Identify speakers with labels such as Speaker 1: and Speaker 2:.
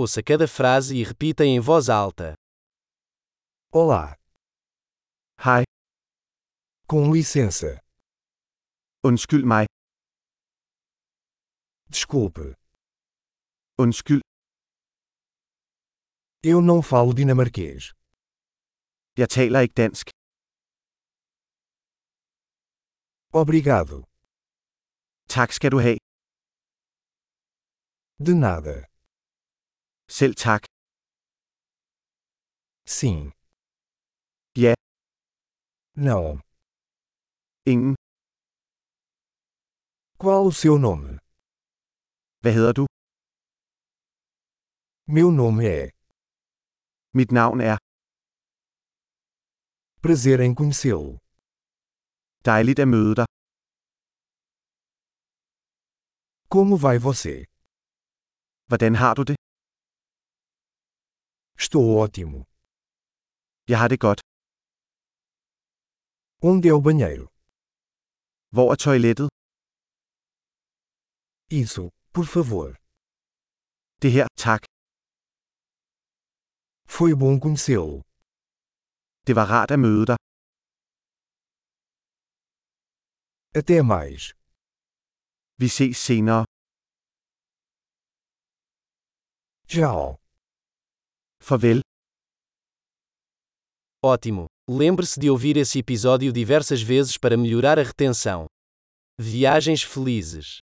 Speaker 1: Ouça cada frase e repita em voz alta.
Speaker 2: Olá,
Speaker 3: Hej,
Speaker 2: com licença.
Speaker 3: undskyld mig,
Speaker 2: Desculpe,
Speaker 3: undskyld,
Speaker 2: eu não falo dinamarquês.
Speaker 3: jeg taler ikke dansk.
Speaker 2: Obrigado.
Speaker 3: Tak skal du have.
Speaker 2: De nada.
Speaker 3: Selv tak.
Speaker 2: Sim.
Speaker 3: Ja.
Speaker 2: Não.
Speaker 3: Ingen.
Speaker 2: Qual o seu nome?
Speaker 3: Hvad hedder du?
Speaker 2: Meu nome é.
Speaker 3: Mit navn er.
Speaker 2: Prazer em conhecê-lo.
Speaker 3: Dejligt at møde dig.
Speaker 2: Como vai você?
Speaker 3: Hvordan har du det?
Speaker 2: Estou ótimo.
Speaker 3: Jeg har det godt.
Speaker 2: Onde é o banheiro?
Speaker 3: Hvor er toilettet?
Speaker 2: Isso, por favor.
Speaker 3: Det her, tak.
Speaker 2: Foi bom conhecê-lo.
Speaker 3: Det var rart at møde dig.
Speaker 2: Até mais.
Speaker 3: Vi ses senere.
Speaker 2: Tchau.
Speaker 3: Farvel.
Speaker 1: Ótimo! Lembre-se de ouvir esse episódio diversas vezes para melhorar a retenção. Viagens felizes!